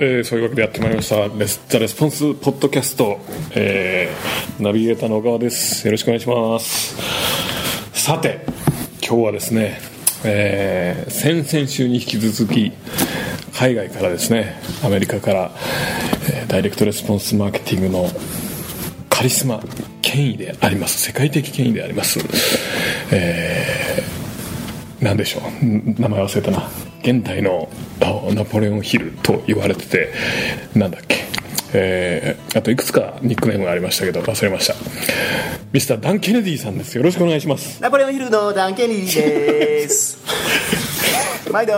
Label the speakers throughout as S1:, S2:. S1: えーそういうわけでやってまいりましたレス「ザ・レスポンスポッドキャスト、えーナビゲーターの小川ですよろしくお願いしますさて今日はですね、えー先々週に引き続き海外からですねアメリカから、えーダイレクトレスポンスマーケティングのカリスマ権威であります世界的権威であります、えー、なんでしょうん名前忘れたな現代のあナポレオンヒルと言われててなんだっけえーあといくつかニックネームがありましたけど忘れましたミスターダン・ケネディさんですよろしくお願いします
S2: ナポレオンヒルのダン・ケリー です。毎度。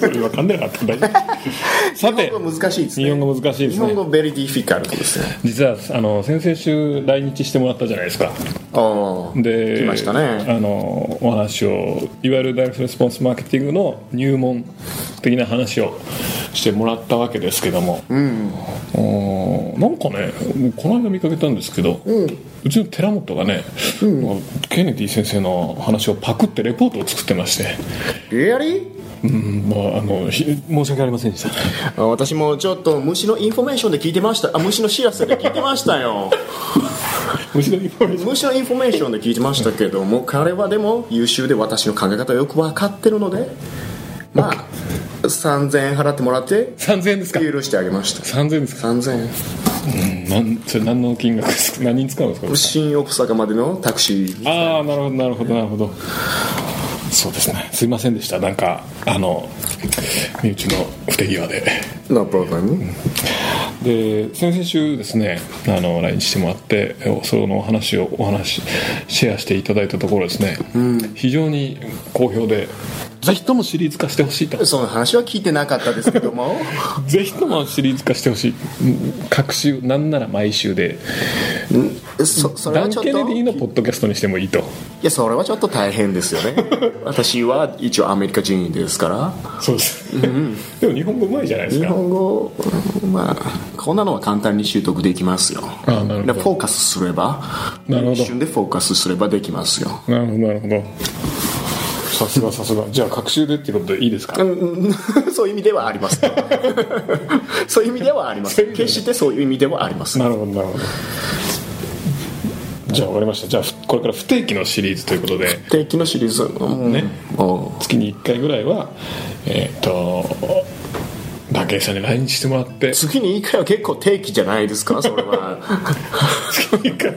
S1: それ分かんなかった 大丈夫さて
S2: 日本語難しいですね
S1: 日本語難しいで
S2: 日
S1: すね
S2: 本語ベリーディフィカルトですね。
S1: 実はあの先々週来日してもらったじゃないですか
S2: ああ。
S1: で
S2: 来ましたね。
S1: あのお話をいわゆるダイレクトレスポンスマーケティングの入門的な話をしてもらったわけですけども、おーなんかねこの間見かけたんですけど、うちの寺本がね、なんかケネディ先生の話をパクってレポートを作ってまして、
S2: リアリ
S1: うんまあ、あのひ申し訳ありませんで した
S2: ー私もちょっと虫のインフォメーションで聞いてました。あ、虫の知らせで聞いてました よ。
S1: 虫のインフォメーション
S2: 虫のインフォメーションで聞いてましたけども、彼はでも優秀で私の考え方をよく分かってるので、まあ、3000円払ってもらって、
S1: 3000円ですか
S2: 許してあげました。
S1: 3000円ですか
S2: 3000円。
S1: なんそれ何の金額ですか何に使うんですか
S2: 新大阪までのタクシー。
S1: ああなるほどなるほどなるほどそうですねすいませんでしたなんかあの身内の不手際で
S2: のプログラム。
S1: で先々週ですねあの来日してもらってえそのお話をお話しシェアしていただいたところですね、非常に好評でぜひともシリーズ化してほしいと
S2: その話は聞いてなかったですけども
S1: ぜひともシリーズ化してほしい各週なんなら毎週で
S2: そそれ
S1: ダ
S2: は
S1: ン・
S2: ちょっ
S1: ケネデ
S2: と
S1: ィの
S2: い
S1: ポッドキャストにしてもいいと
S2: やそれはちょっと大変ですよね私は一応アメリカ人ですから
S1: そうです、 でも日本語うまいじゃないです
S2: 日
S1: か
S2: 本語うんまあこんなのは簡単に習得できますよ
S1: あなるほど
S2: でフォーカスすれば
S1: なるほど
S2: 一瞬でフォーカスすればできますよ
S1: なるほどなるほどさすがさすがじゃあ隔週でっていうことでいいですか
S2: うん そういう意味ではありますそういう意味ではあります決してそういう意味ではあります
S1: なるほどなるほどじゃあ終わりましたじゃあふこれから不定期のシリーズということで
S2: 定期のシリーズ、うん
S1: ね
S2: おう
S1: 月に1回ぐらいはえーっと武井さんに来日してもらって
S2: 次に1回は結構定期じゃないですかそれは
S1: 月に1回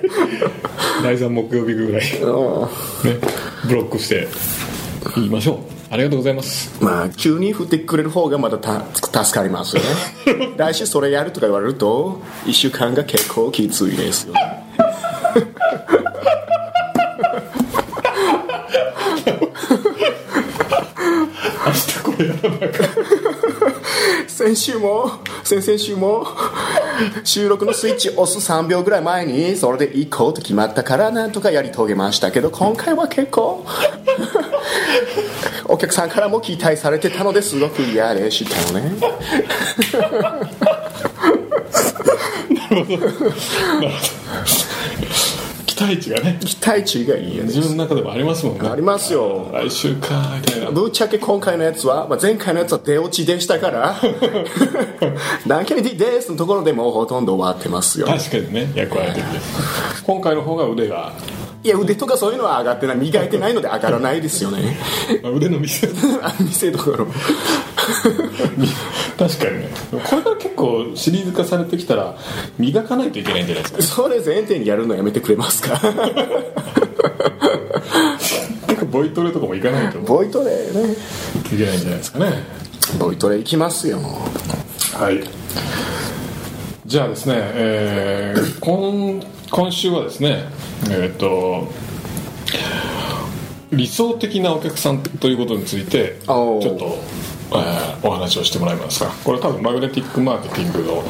S1: 第3木曜日ぐらい、ね、
S2: うん
S1: ブロックして言いましょうありがとうございます
S2: まあ急に振ってくれる方がまだた助かりますよ ね来週それやるとか言われると1週間が結構きついですよね
S1: 明日これやらなきゃ
S2: 先週も先々週も収録のスイッチ押す3秒ぐらい前にそれで行こうと決まったからなんとかやり遂げましたけど今回は結構お客さんからも期待されてたのですごく嫌でしたよね
S1: 期待値がね
S2: 期待値がいいよね
S1: 自分の中でもありますもん
S2: あ
S1: ね
S2: りますよ
S1: 来週かみたいな
S2: ぶっちゃけ今回のやつは、まあ、前回のやつは出落ちでしたから 「ダンケネディです」のところでもうほとんど終わってますよ
S1: 確かにね役割的 に今回の方が腕が、
S2: いや腕とかそういうのは上がってない磨いてないので上がらないですよ ね
S1: まあ、腕の見 せ確
S2: あ見せどころ
S1: かにねこれから結構シリーズ化されてきたら磨かないといけないんじゃないですか
S2: それ前提にやるのやめてくれますか
S1: 結構ボイトレとかも行かないと
S2: ボイトレね
S1: いけないんじゃないですかね
S2: ボイトレ行きますよ
S1: はいじゃあですね、えー今今週はですねえーっと理想的なお客さんということについてちょ
S2: お
S1: っ
S2: ー
S1: と、えーお話をしてもらいますがこれ多分マグネティックマーケティングの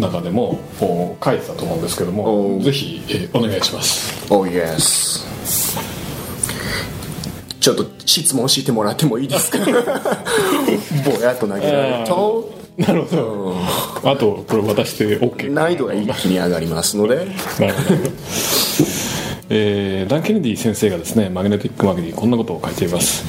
S1: 中でもお書いてたと思うんですけど
S2: お
S1: も
S2: ー
S1: ぜひ、えーお願いします
S2: おイエスちょっと質問してもらってもいいですかぼやっと投げられると
S1: なるほどあとこれ渡して OK
S2: 難易度が一気に上がりますので
S1: なるほどえーダン・ケネディ先生がですねマグネティック・マグネィこんなことを書いています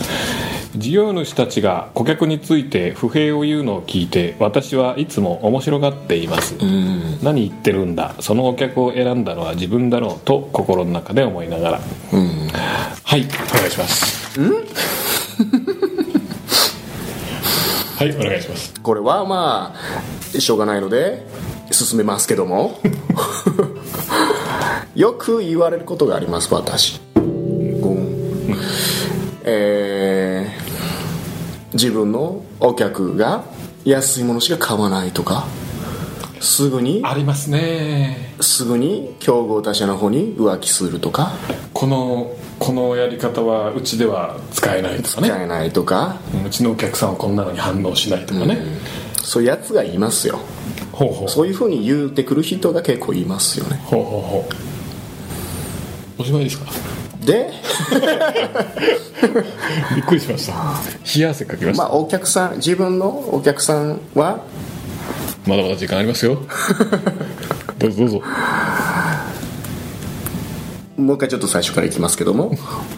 S1: 事業主たちが顧客について不平を言うのを聞いて私はいつも面白がっています、
S2: うん
S1: 何言ってるんだそのお客を選んだのは自分だろうと心の中で思いながら
S2: うん
S1: はいお願いしますんはいお願いします
S2: これはまあしょうがないので進めますけども よく言われることがあります私ゴンえー自分のお客が安いものしか買わないとかすぐに
S1: ありますね
S2: すぐに競合他社の方に浮気するとか
S1: このこのやり方はうちでは使えないとかね
S2: 買えないとか
S1: うんうちのお客さんはこんなのに反応しないとかね、
S2: そういうやつがいますよ
S1: ほうほう
S2: そういうふうに言うてくる人が結構いますよね
S1: ほうほうほうおしまいですか
S2: で
S1: びっくりしました冷や汗かきました、
S2: まあ、お客さん自分のお客さんは
S1: まだまだ時間ありますよ どうぞどうぞ
S2: もう一回ちょっと最初からいきますけ ども、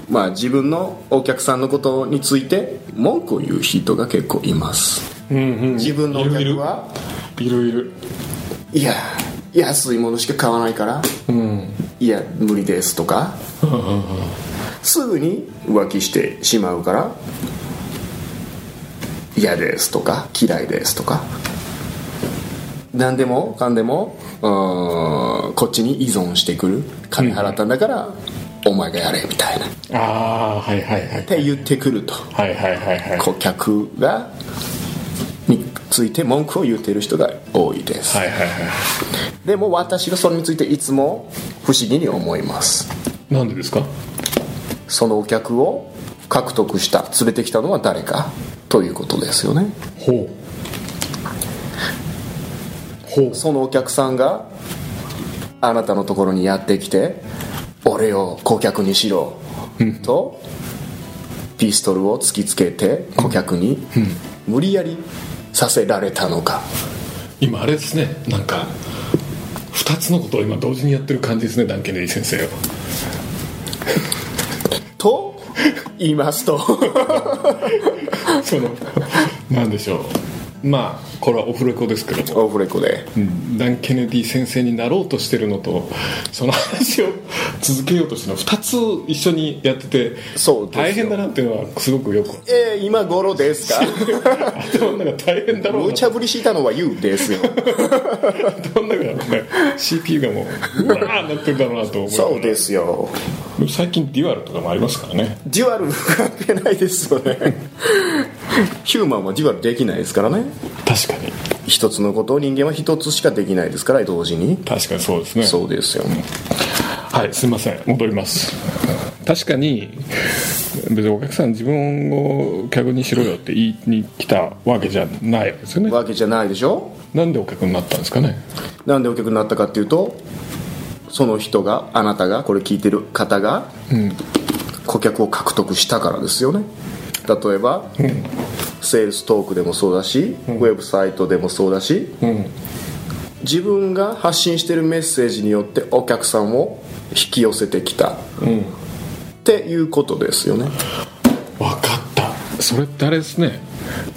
S2: まあ、自分のお客さんのことについて文句を言う人が結構います、自分のお客
S1: いるいるいるいる
S2: いや安いものしか買わないから、いや無理ですとかすぐに浮気してしまうから嫌ですとか嫌いですとか何でもかんでもうーんこっちに依存してくる金払ったんだから、お前がやれみたいなっ
S1: ああはいはいはい
S2: て言ってくると
S1: はいはいはいはい
S2: 顧客がについて文句を言ってる人が多いです
S1: はいはいは
S2: でも私がそれについていつも不思議に思います
S1: いなんでですか
S2: そのお客を獲得した連れてきたのは誰かということですよね
S1: ほうほう
S2: そのお客さんがあなたのところにやってきて俺を顧客にしろとピストルを突きつけて顧客に無理やりさせられたのか
S1: 今あれですねなんか2つのことを今同時にやってる感じですねダンケネディ先 生は
S2: と言いますと
S1: そのなんでしょうまあこれはオフレコですけども
S2: オフレコで
S1: ダン・ケネディ先生になろうとしてるのとその話を続けようとしてるの2つ一緒にやってて
S2: そうですよ
S1: 大変だなっていうのはすごくよく
S2: えー、今頃です か
S1: 頭の中大変だろう
S2: 無
S1: な
S2: 茶ぶりしたのは YOU ですよ
S1: 頭の中がね CPU がもううわーなってるだろうなと思
S2: そうですすよ
S1: 最近デュアルとかもありますからね
S2: デュアル関係ないですよね ヒューマンはデュアルできないですからね
S1: 確かに
S2: 一つのことを人間は一つしかできないですから同時に
S1: 確かにそうですね
S2: そうですよ
S1: はいすいません戻ります確かに別にお客さん自分を客にしろよって言いに来たわけじゃないわけですよね
S2: わけじゃないでしょ
S1: なんでお客になったんですかね
S2: なんでお客になったかっていうとその人があなたがこれ聞いてる方が、顧客を獲得したからですよね例えば、セールストークでもそうだし、ウェブサイトでもそうだし、自分が発信してるメッセージによってお客さんを引き寄せてきた、っていうことですよね
S1: 分かったそれってあれですね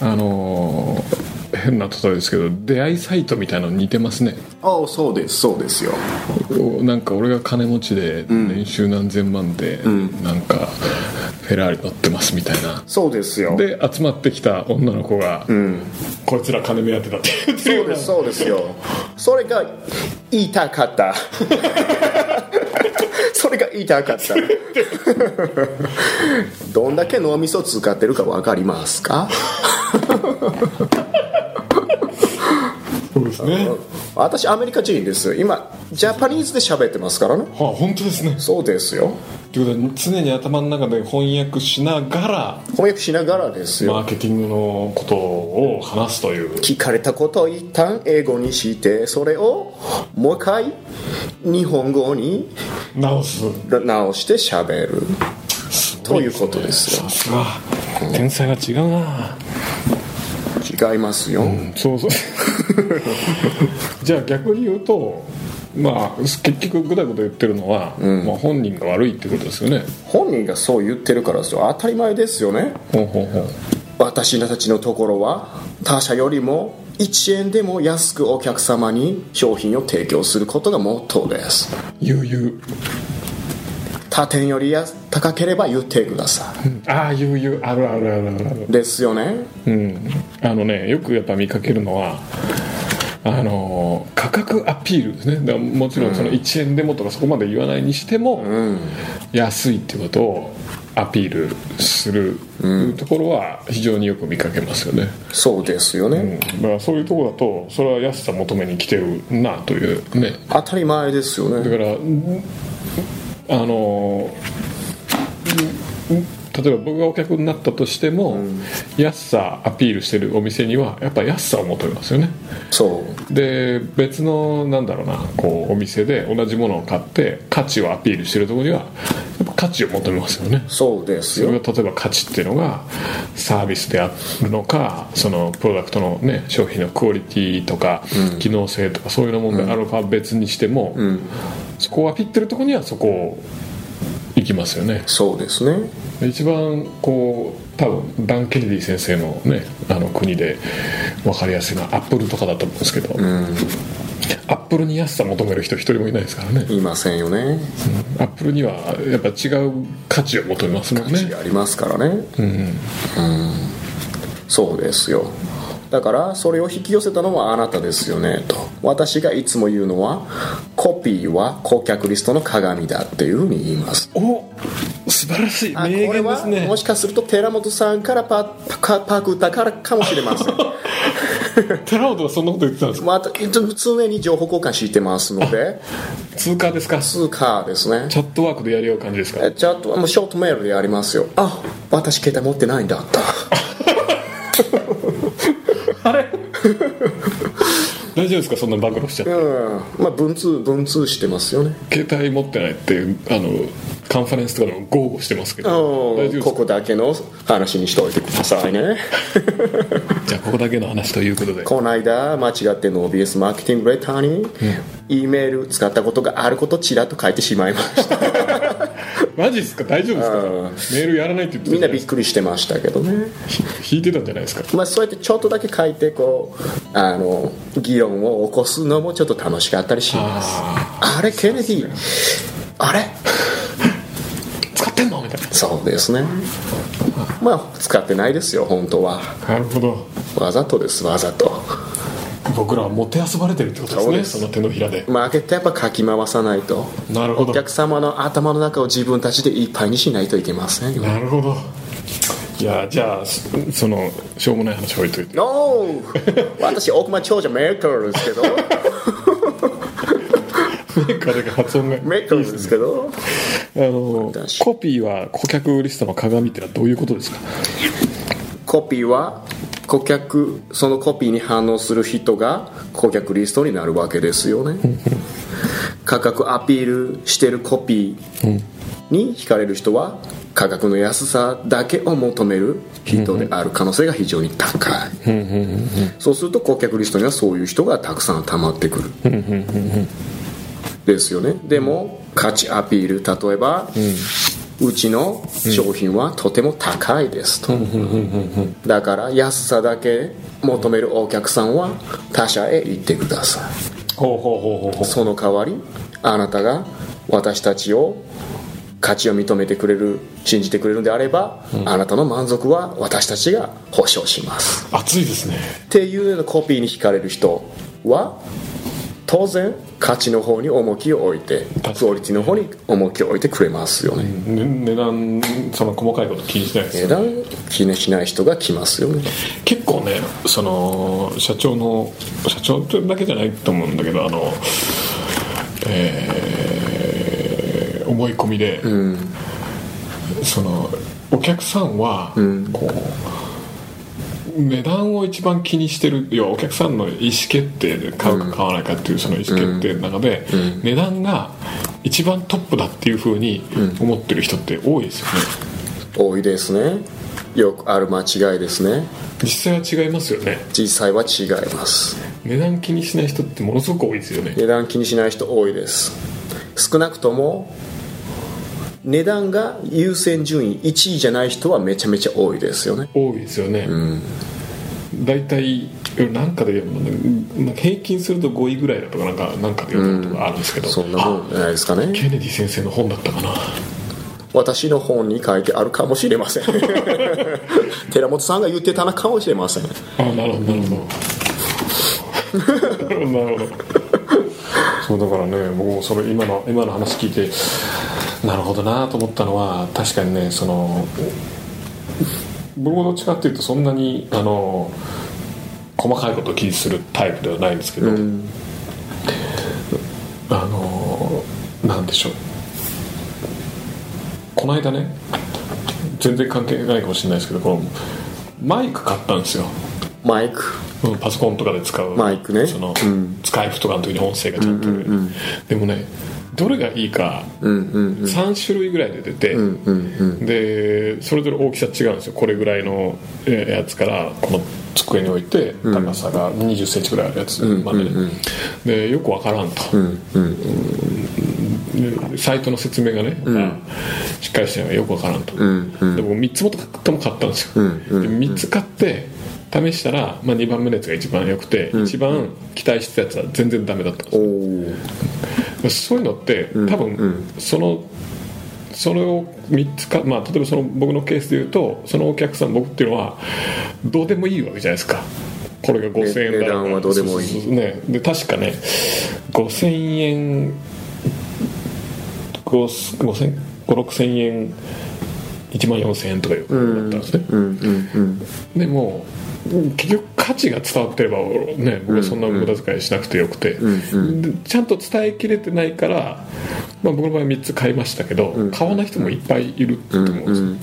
S1: あのー変な例えですけど出会いサイトみたいなの似てますね
S2: ああそうですそうですよ
S1: おなんか俺が金持ちで年収何千万で、なんかフェラーリ乗ってますみたいな
S2: そうですよ
S1: で集まってきた女の子が、こいつら金目当てだって言ってるよ
S2: そう
S1: うな
S2: ですそうですよそれが言いたかった それが言いたかった どんだけ脳みそ使ってるか分かりますか
S1: そうですね
S2: 私アメリカ人です今ジャパニーズで喋ってますからね
S1: はあ本当ですね
S2: そうですよ
S1: ということで常に頭の中で翻訳しながら
S2: 翻訳しながらですよ、
S1: マーケティングのことを話すという
S2: 聞かれたことを一旦英語にしてそれをもう一回日本語に
S1: 直す
S2: 直して喋るということです
S1: さすが天才が違うな
S2: よ違いますよ、
S1: そうそうじゃあ逆に言うとまあ結局ぐだぐだ言ってるのは、まあ、本人が悪いってことですよね
S2: 本人がそう言ってるからですよ当たり前ですよね
S1: ほうほうほう
S2: 私たちのところは他社よりも1円でも安くお客様に商品を提供することがモットーです
S1: 悠
S2: 他店より安高ければ言ってくださ
S1: 々ああ悠々あるあるあるあるある
S2: いですよね
S1: うんあのねよくやっぱ見かけるのはあのー価格アピールですねだからもちろんその1円でもとかそこまで言わないにしても、安いってことをアピールするところは非常によく見かけますよね、
S2: そうですよね、
S1: だからそういうところだとそれは安さ求めに来てるなというね
S2: 当たり前ですよ
S1: だ
S2: ね
S1: からうんあのうんうん例えば僕がお客になったとしても、安さアピールしてるお店にはやっぱ安さを求めますよね
S2: そう
S1: で別のなんだろうなこうお店で同じものを買って価値をアピールしてるところにはやっぱ価値を求めますよね
S2: そうで
S1: そ
S2: すよ
S1: れが例えば価値っていうのがサービスであるのかそのプロダクトの、ね、商品のクオリティとか機能性とかそういうのもんであるかは別にしても、そこをアピってるとこにはそこを行きますよね
S2: そうですね
S1: 一番こう多分ダン・ケネディ先生の,、ね、あの国で分かりやすいのはアップルとかだと思うんですけど、アップルに安さ求める人一人もいないですからね
S2: いませんよね
S1: アップルにはやっぱ違う価値を求めますもんね
S2: 違いありますからねうん、そうですよだからそれを引き寄せたのはあなたですよねと私がいつも言うのはコピーは顧客リストの鏡だっていうふうに言います
S1: お素晴らしい
S2: あ
S1: 名
S2: こ
S1: 言
S2: れ
S1: で
S2: は
S1: すね
S2: もしかすると寺本さんからパパパクったからかもしれませ ん
S1: 寺本はそんなこと言ってたんですか
S2: まあ、常に情報交換してますので
S1: 通貨ですかチ
S2: 通貨ですね
S1: ャットワークでやり合う感じですか
S2: えチャットもうショートメールでやりますよあ私携帯持ってないんだと
S1: 大丈夫ですかそんな暴露しちゃって
S2: うんまあ文通文通してますよね
S1: 携帯持ってないっていうあのカンファレンスとかでも豪語してますけど
S2: お
S1: 大丈
S2: ーこ
S1: 夫
S2: こだけの話にしておいてくださいね
S1: ですかじゃあここだけの話ということで
S2: この間間違っての OBS マーケティングレターに E メール使ったことがあることをちらっと書いてしまいました
S1: マジですか大丈夫ですかメールやらないって言って
S2: みん
S1: たじゃない
S2: なび
S1: で
S2: っ
S1: すか
S2: くりしてましたけどね
S1: 引いてたんじゃないですか
S2: まあそうやってちょっとだけ書いてこうあの議論を起こすのもちょっと楽しかったりします
S1: あ
S2: あれケネディあれ
S1: ー使ってんのみたい
S2: そうですねまあ使ってないですよ本当は
S1: ななるほど
S2: わざとですわざと
S1: 僕らはもてあそばれてるってことです
S2: そう
S1: ね
S2: です
S1: その手のひらで
S2: マーケットやっぱかき回さないと
S1: なるほど
S2: お客様の頭の中を自分たちでいっぱいにしないといけませんよ
S1: なるほどいやじゃあそそのしょうもない話置いといて
S2: No! 私億万長者メーカーですけど
S1: 彼が発音が
S2: メーカーですけ ど
S1: あの
S2: 私
S1: コピーは顧客リストの鏡ってのはどういうことですか
S2: コピーは顧客そのコピーに反応する人が顧客リストになるわけですよね価格アピールしてるコピーに惹かれる人は価格の安さだけを求める人である可能性が非常に高いそうすると顧客リストにはそういう人がたくさん溜まってくるですよねでも価値アピール例えば、うちの商品はとても高いですと、だから安さだけ求めるお客さんは他社へ行ってください
S1: ほうほうほうほうほ
S2: その代わりあなたが私たちを価値を認めてくれる信じてくれるんであれば、あなたの満足は私たちが保証します
S1: う熱いですね
S2: っていうようなコピーに惹かれる人は当然価値の方に重きを置いて
S1: かに
S2: クオリティの方に重きを置いてくれますよね、
S1: ね値段その細かいこと気にしないです
S2: 値
S1: よ
S2: 段気にしない人が来ますよね
S1: 結構ねその社長の社長ってだけじゃないと思うんだけどあのえー思い込みで、そのお客さんは、こう値段を一番気にしてる要はお客さんの意思決定で買うか買わないかっていうその意思決定の中で、値段が一番トップだっていうふうに思ってる人って多いですよね、
S2: 多いですねよくある間違いですね
S1: 実際は違いますよね
S2: 実際は違います
S1: 値段気にしない人ってものすごく多いですよね
S2: 値段気にしない人多いです少なくとも値段が優先順位1位じゃない人はめちゃめちゃ多いですよね
S1: 多いですよね、大体なんかでなんか平均すると5位ぐらいだとかなんかなんかで読んだことがあるんですけど、
S2: そんなもんじゃないですかね
S1: ケネディ先生の本だったかな
S2: 私の本に書いてあるかもしれません 寺本さんが言ってたのかもしれません
S1: あなるほどなるほど なるほどそうだからね僕もそれ今の今の話聞いてなるほどなと思ったのは確かにねその僕もどっちかっていうとそんなにあの細かいことを気にするタイプではないんですけど、あのなんでしょうこの間ね全然関係ないかもしれないですけどこのマイク買ったんですよ
S2: マイク
S1: うんパソコンとかで使う
S2: マイクね
S1: その、
S2: うん
S1: スカイプとかの時に音声がちゃんと、でもねどれがいいか
S2: うんうん
S1: 3種類ぐらいで出て、
S2: うんうん
S1: でそれぞれ大きさ違うんですよこれぐらいのえーやつからこの机に置いて高さが2 0センチぐらいあるやつまで,、でよくわからんと、でサイトの説明がね、しっかりしてないからよくわからんと、で僕3つもとも買ったんですよ、で3つ買って試したら、まあ、2番目のやつが一番良くて、一番期待してたやつは全然ダメだったんです
S2: おお
S1: そういうのって多分その、それを3つか、まあ、例えばその僕のケースで言うとそのお客さん僕っていうのはどうでもいいわけじゃないですかこれが5000円だ
S2: 値段はどうでもいい
S1: そうそうそうね、で確かね5000円56000円1万4000円とかいうことだったんですね、
S2: うんうんうん
S1: でも結局価値が伝わってれば、ね、僕はそんな無駄遣いしなくてよくて、でちゃんと伝えきれてないから、まあ、僕の場合3つ買いましたけど、買わない人もいっぱいいると思うん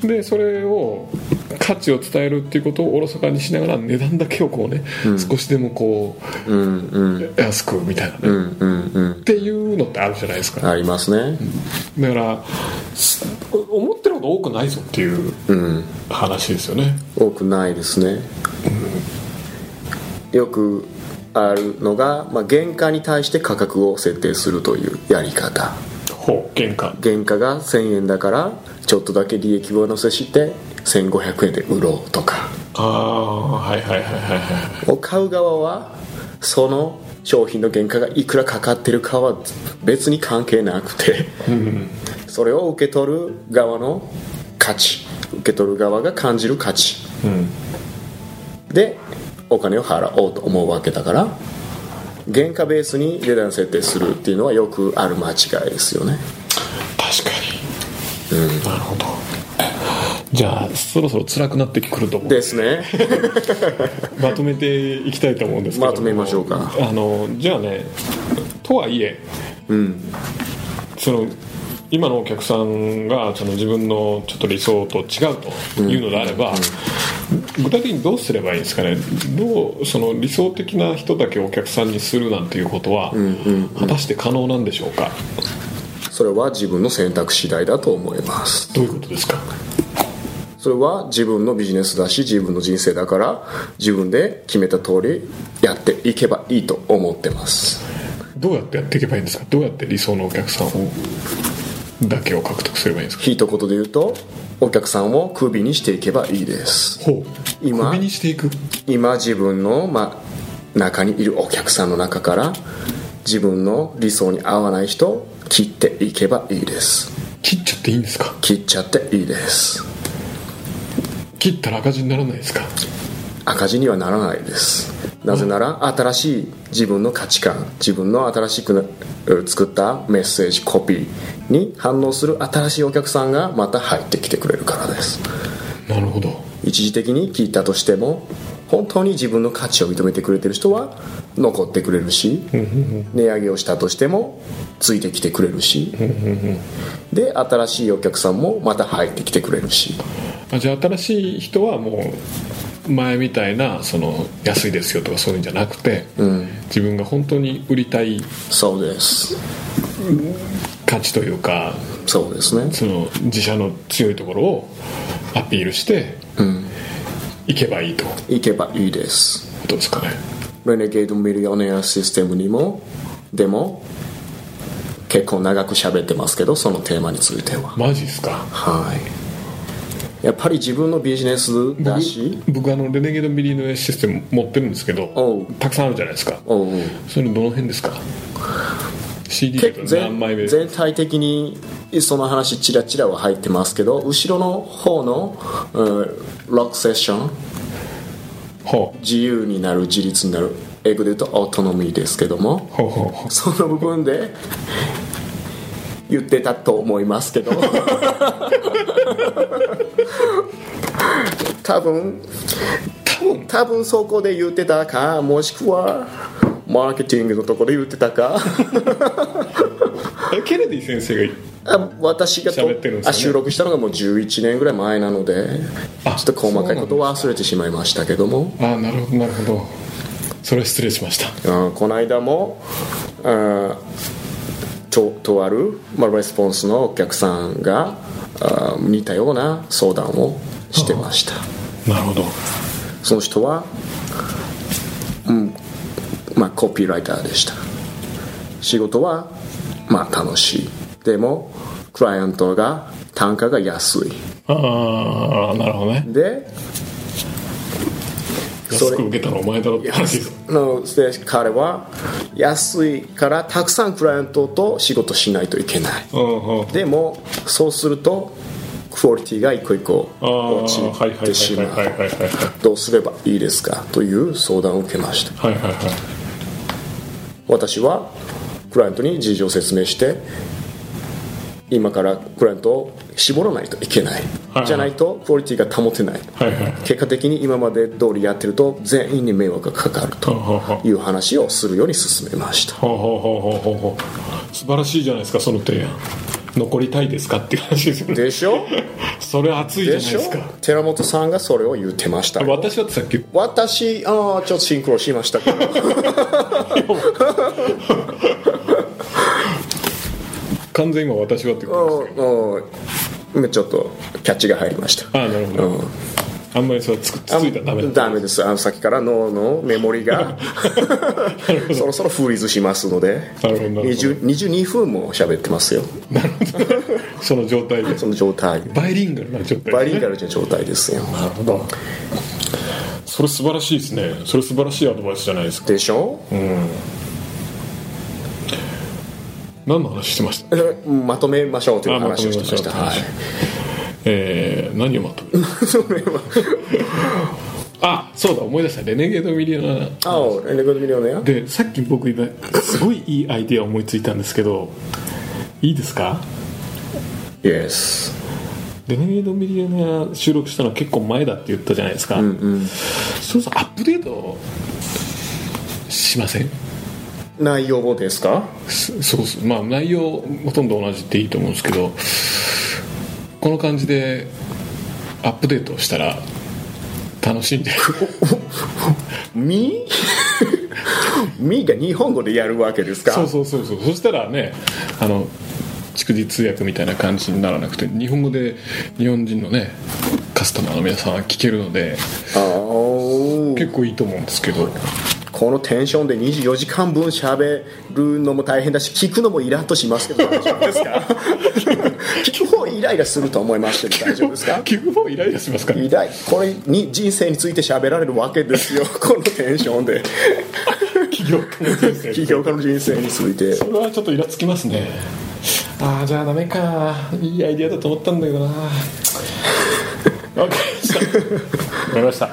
S1: ですよ、でそれを価値を伝えるっていうことをおろそかにしながら値段だけをこうね、少しでもこう、安くみたいなね、
S2: うんうんうん
S1: っていうのってあるじゃないですか、
S2: ありますね
S1: だからす思ってるほど多くないぞっていう
S2: うん
S1: 話ですよね、
S2: 多くないですねよくあるのが、まあ、原価に対して価格を設定するというやり方
S1: ほう玄関
S2: 原価が1000円だからちょっとだけ利益を乗せして1500円で売ろうとか
S1: ああはいはいはいはいは
S2: を買う側はその商品の原価がいくらかかってるかは別に関係なくてそれを受け取る側の価値受け取る側が感じる価値
S1: い、うん、
S2: でお金を払おうと思うわけだから原価ベースに値段設定するっていうのはよくある間違いですよね
S1: 確かに、なるほどじゃあそろそろ辛くなってくると思う
S2: ですね
S1: まとめていきたいと思うんですけども
S2: まとめましょうか
S1: あのじゃあねとはいえ、その今のお客さんがその自分のちょっと理想と違うというのであれば、具体的にどうすればいいんですかねどうその理想的な人だけお客さんにするなんていうことは、果たして可能なんでしょうか
S2: それは自分の選択次第だと思います
S1: どういうことですか
S2: それは自分のビジネスだし自分の人生だから自分で決めた通りやっていけばいいと思ってます
S1: どうやってやっていけばいいんですかどうやって理想のお客さんをだけを獲得すればいいんですか
S2: 一言で言うとお客さんをクビにしていけばいいです
S1: ほう
S2: 今
S1: 首にしていく
S2: 今自分の、まあ、中にいるお客さんの中から自分の理想に合わない人を切っていけばいいです
S1: 切っちゃっていいんですか
S2: 切っちゃっていいです
S1: 切ったら赤字にならないですか
S2: 赤字にはならないですなぜなら新しい自分の価値観自分の新しくなう作ったメッセージコピーに反応する新しいお客さんがまた入ってきてくれるからです
S1: なるほど
S2: 一時的に聞いたとしても本当に自分の価値を認めてくれてる人は残ってくれるし値上げをしたとしてもついてきてくれるしで新しいお客さんもまた入ってきてくれるし
S1: あじゃあ新しい人はもう前みたいなその安いですよとかそういうんじゃなくて、自分が本当に売りたい
S2: そうです
S1: 価値というか
S2: そうですね
S1: その自社の強いところをアピールしていけばいいというこ
S2: いけばいいです
S1: とですかね
S2: レネゲードミリオネアシステムにもでも結構長く喋ってますけどそのテーマについては
S1: マジっすか
S2: はいやっぱり自分のビジネスだし
S1: 僕僕あのレネゲードミリのシステム持ってるんですけ
S2: お
S1: ど
S2: う
S1: たくさんあるじゃないですか
S2: おうおう
S1: それどの辺ですか CD だ
S2: け
S1: と
S2: 全
S1: 何枚目
S2: 全体的にその話チラチラは入ってますけど後ろの方の、うん、ロックセッション
S1: ほ
S2: 自由になる自立になる英語で言うとオートノミーですけども
S1: うほうほうほう
S2: その部分で言ってたと思いますけど 多分多分多分そこで言ってたかもしくはマーケティングのところで言ってたか
S1: えケネディ先生が
S2: あ私がと
S1: 喋ってるんですよね
S2: あ収録したのがもう11年ぐらい前なのでちょ
S1: あ
S2: っと細かいことは忘れてしまいましたけども
S1: ああなるほどなるほどそれは失礼しました
S2: うんこの間もうんととある、まあ、レスポンスのお客さんがあ似たような相談をしてました
S1: なるほど
S2: その人は、うんまあ、コピーライターでした仕事は、まあ、楽しいでもクライアントが単価が安い
S1: ああなるほどね
S2: でそ
S1: 安
S2: れ
S1: く受けたのお前だろって話です
S2: ので彼は安いからたくさんクライアントと仕事しないといけない
S1: うんうん
S2: でもそうするとクオリティが一個一個
S1: ああ
S2: 落ち
S1: はいはいはい
S2: てしま
S1: はいうはいはいはい
S2: どうすればいいですかという相談を受けました
S1: はいはいはい
S2: 私はクライアントに事情を説明して今からクライアントを絞らないといけない
S1: はい
S2: じゃないとクオリティが保てない
S1: はいはいはい
S2: 結果的に今まで通りやってると全員に迷惑がかかる
S1: ほうほうほう
S2: という話をするように進めました
S1: ほうほうほうほうほうほう素晴らしいじゃないですかその提案残りたいですかっていう話ですよ ね
S2: でしょ
S1: それ熱いじゃ
S2: で
S1: ない
S2: し
S1: で
S2: ょ
S1: すか
S2: 寺本さんがそれを言ってました
S1: 私だってさっきい
S2: 私ああちょっとシンクロしましたけど
S1: やもう完全に今私はってことです
S2: うんうんちょっとキャッチが入りました
S1: ああなるほど、あんまりそれつくつついたらダメだ
S2: ダメですあの先から脳のメモリがそろそろフリーズしますので
S1: なるほどなるほ
S2: 20 22分も喋ってますよ
S1: どその状態で
S2: その状態
S1: バイリンガルな状態
S2: バイリンガルな状態ですよ
S1: なるほどそれ素晴らしいですねそれ素晴らしいアドバイスじゃないですか
S2: でしょ、
S1: 何の話してました
S2: うんまとめましょうという
S1: あまと
S2: 話
S1: め
S2: を
S1: まし
S2: し
S1: ょ
S2: て
S1: う
S2: ましたはい
S1: えー何をまと めるあそうだ思い出したレネゲードミリオナ
S2: 青レンデコドミリオネア
S1: でさっき僕今すごいいいアイディア思いついたんですけどいいですか
S2: Yes
S1: レネゲードミリオネア収録したの結構前だって言ったじゃないですか、そうそうアップデートしません
S2: 内容をですか
S1: そそうそうまあ内容ほとんど同じっていいと思うんですけどこの感じでアップデートしたら楽しいんじゃない
S2: み みが日本語でやるわけですか
S1: そうそうそうそうそしたらねあの逐次通訳みたいな感じにならなくて日本語で日本人のねカスタマーの皆さんは聞けるので
S2: あー
S1: 結構いいと思うんですけど
S2: このテンションで24時間分しゃべるのも大変だし聞くのもイラッとしますけど大丈夫ですか聞く方イライラすると思いますけど大丈夫ですか
S1: 結構もうイライラしますから
S2: イライこれに人生についてしゃべられるわけですよこのテンションで
S1: 起業家の人生
S2: 起業家の人生について
S1: これはちょっとイラつきますねああじゃあダメかいいアイディアだと思ったんだけ どなわかりましたわかりました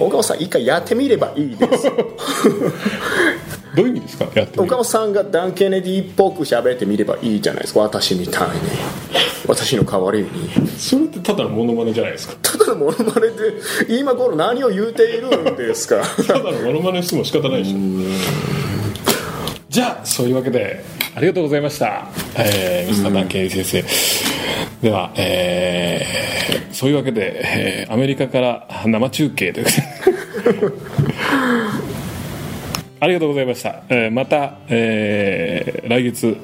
S2: 岡本さん一回やってみればいいです
S1: どういう意味ですかやってみる
S2: 岡本さんがダン・ケネディっぽくしゃべってみればいいじゃないですか私みたいに私の代わりに
S1: それってただのモノマネじゃないですか
S2: ただのモノマネで今頃何を言うているんですか
S1: ただのモノマネしても仕方ないでしょじゃあそういうわけでありがとうございました、えー、水田圭一先生では、えー、そういうわけで、えー、アメリカから生中継ということで ありがとうございました、えー、また、えー、来月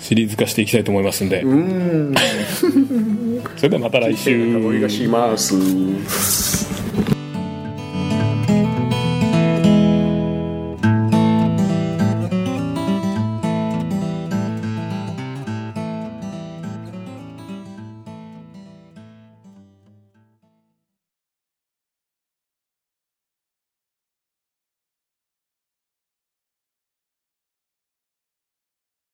S1: シリーズ化していきたいと思いますんで それではまた来週
S2: 香りがします。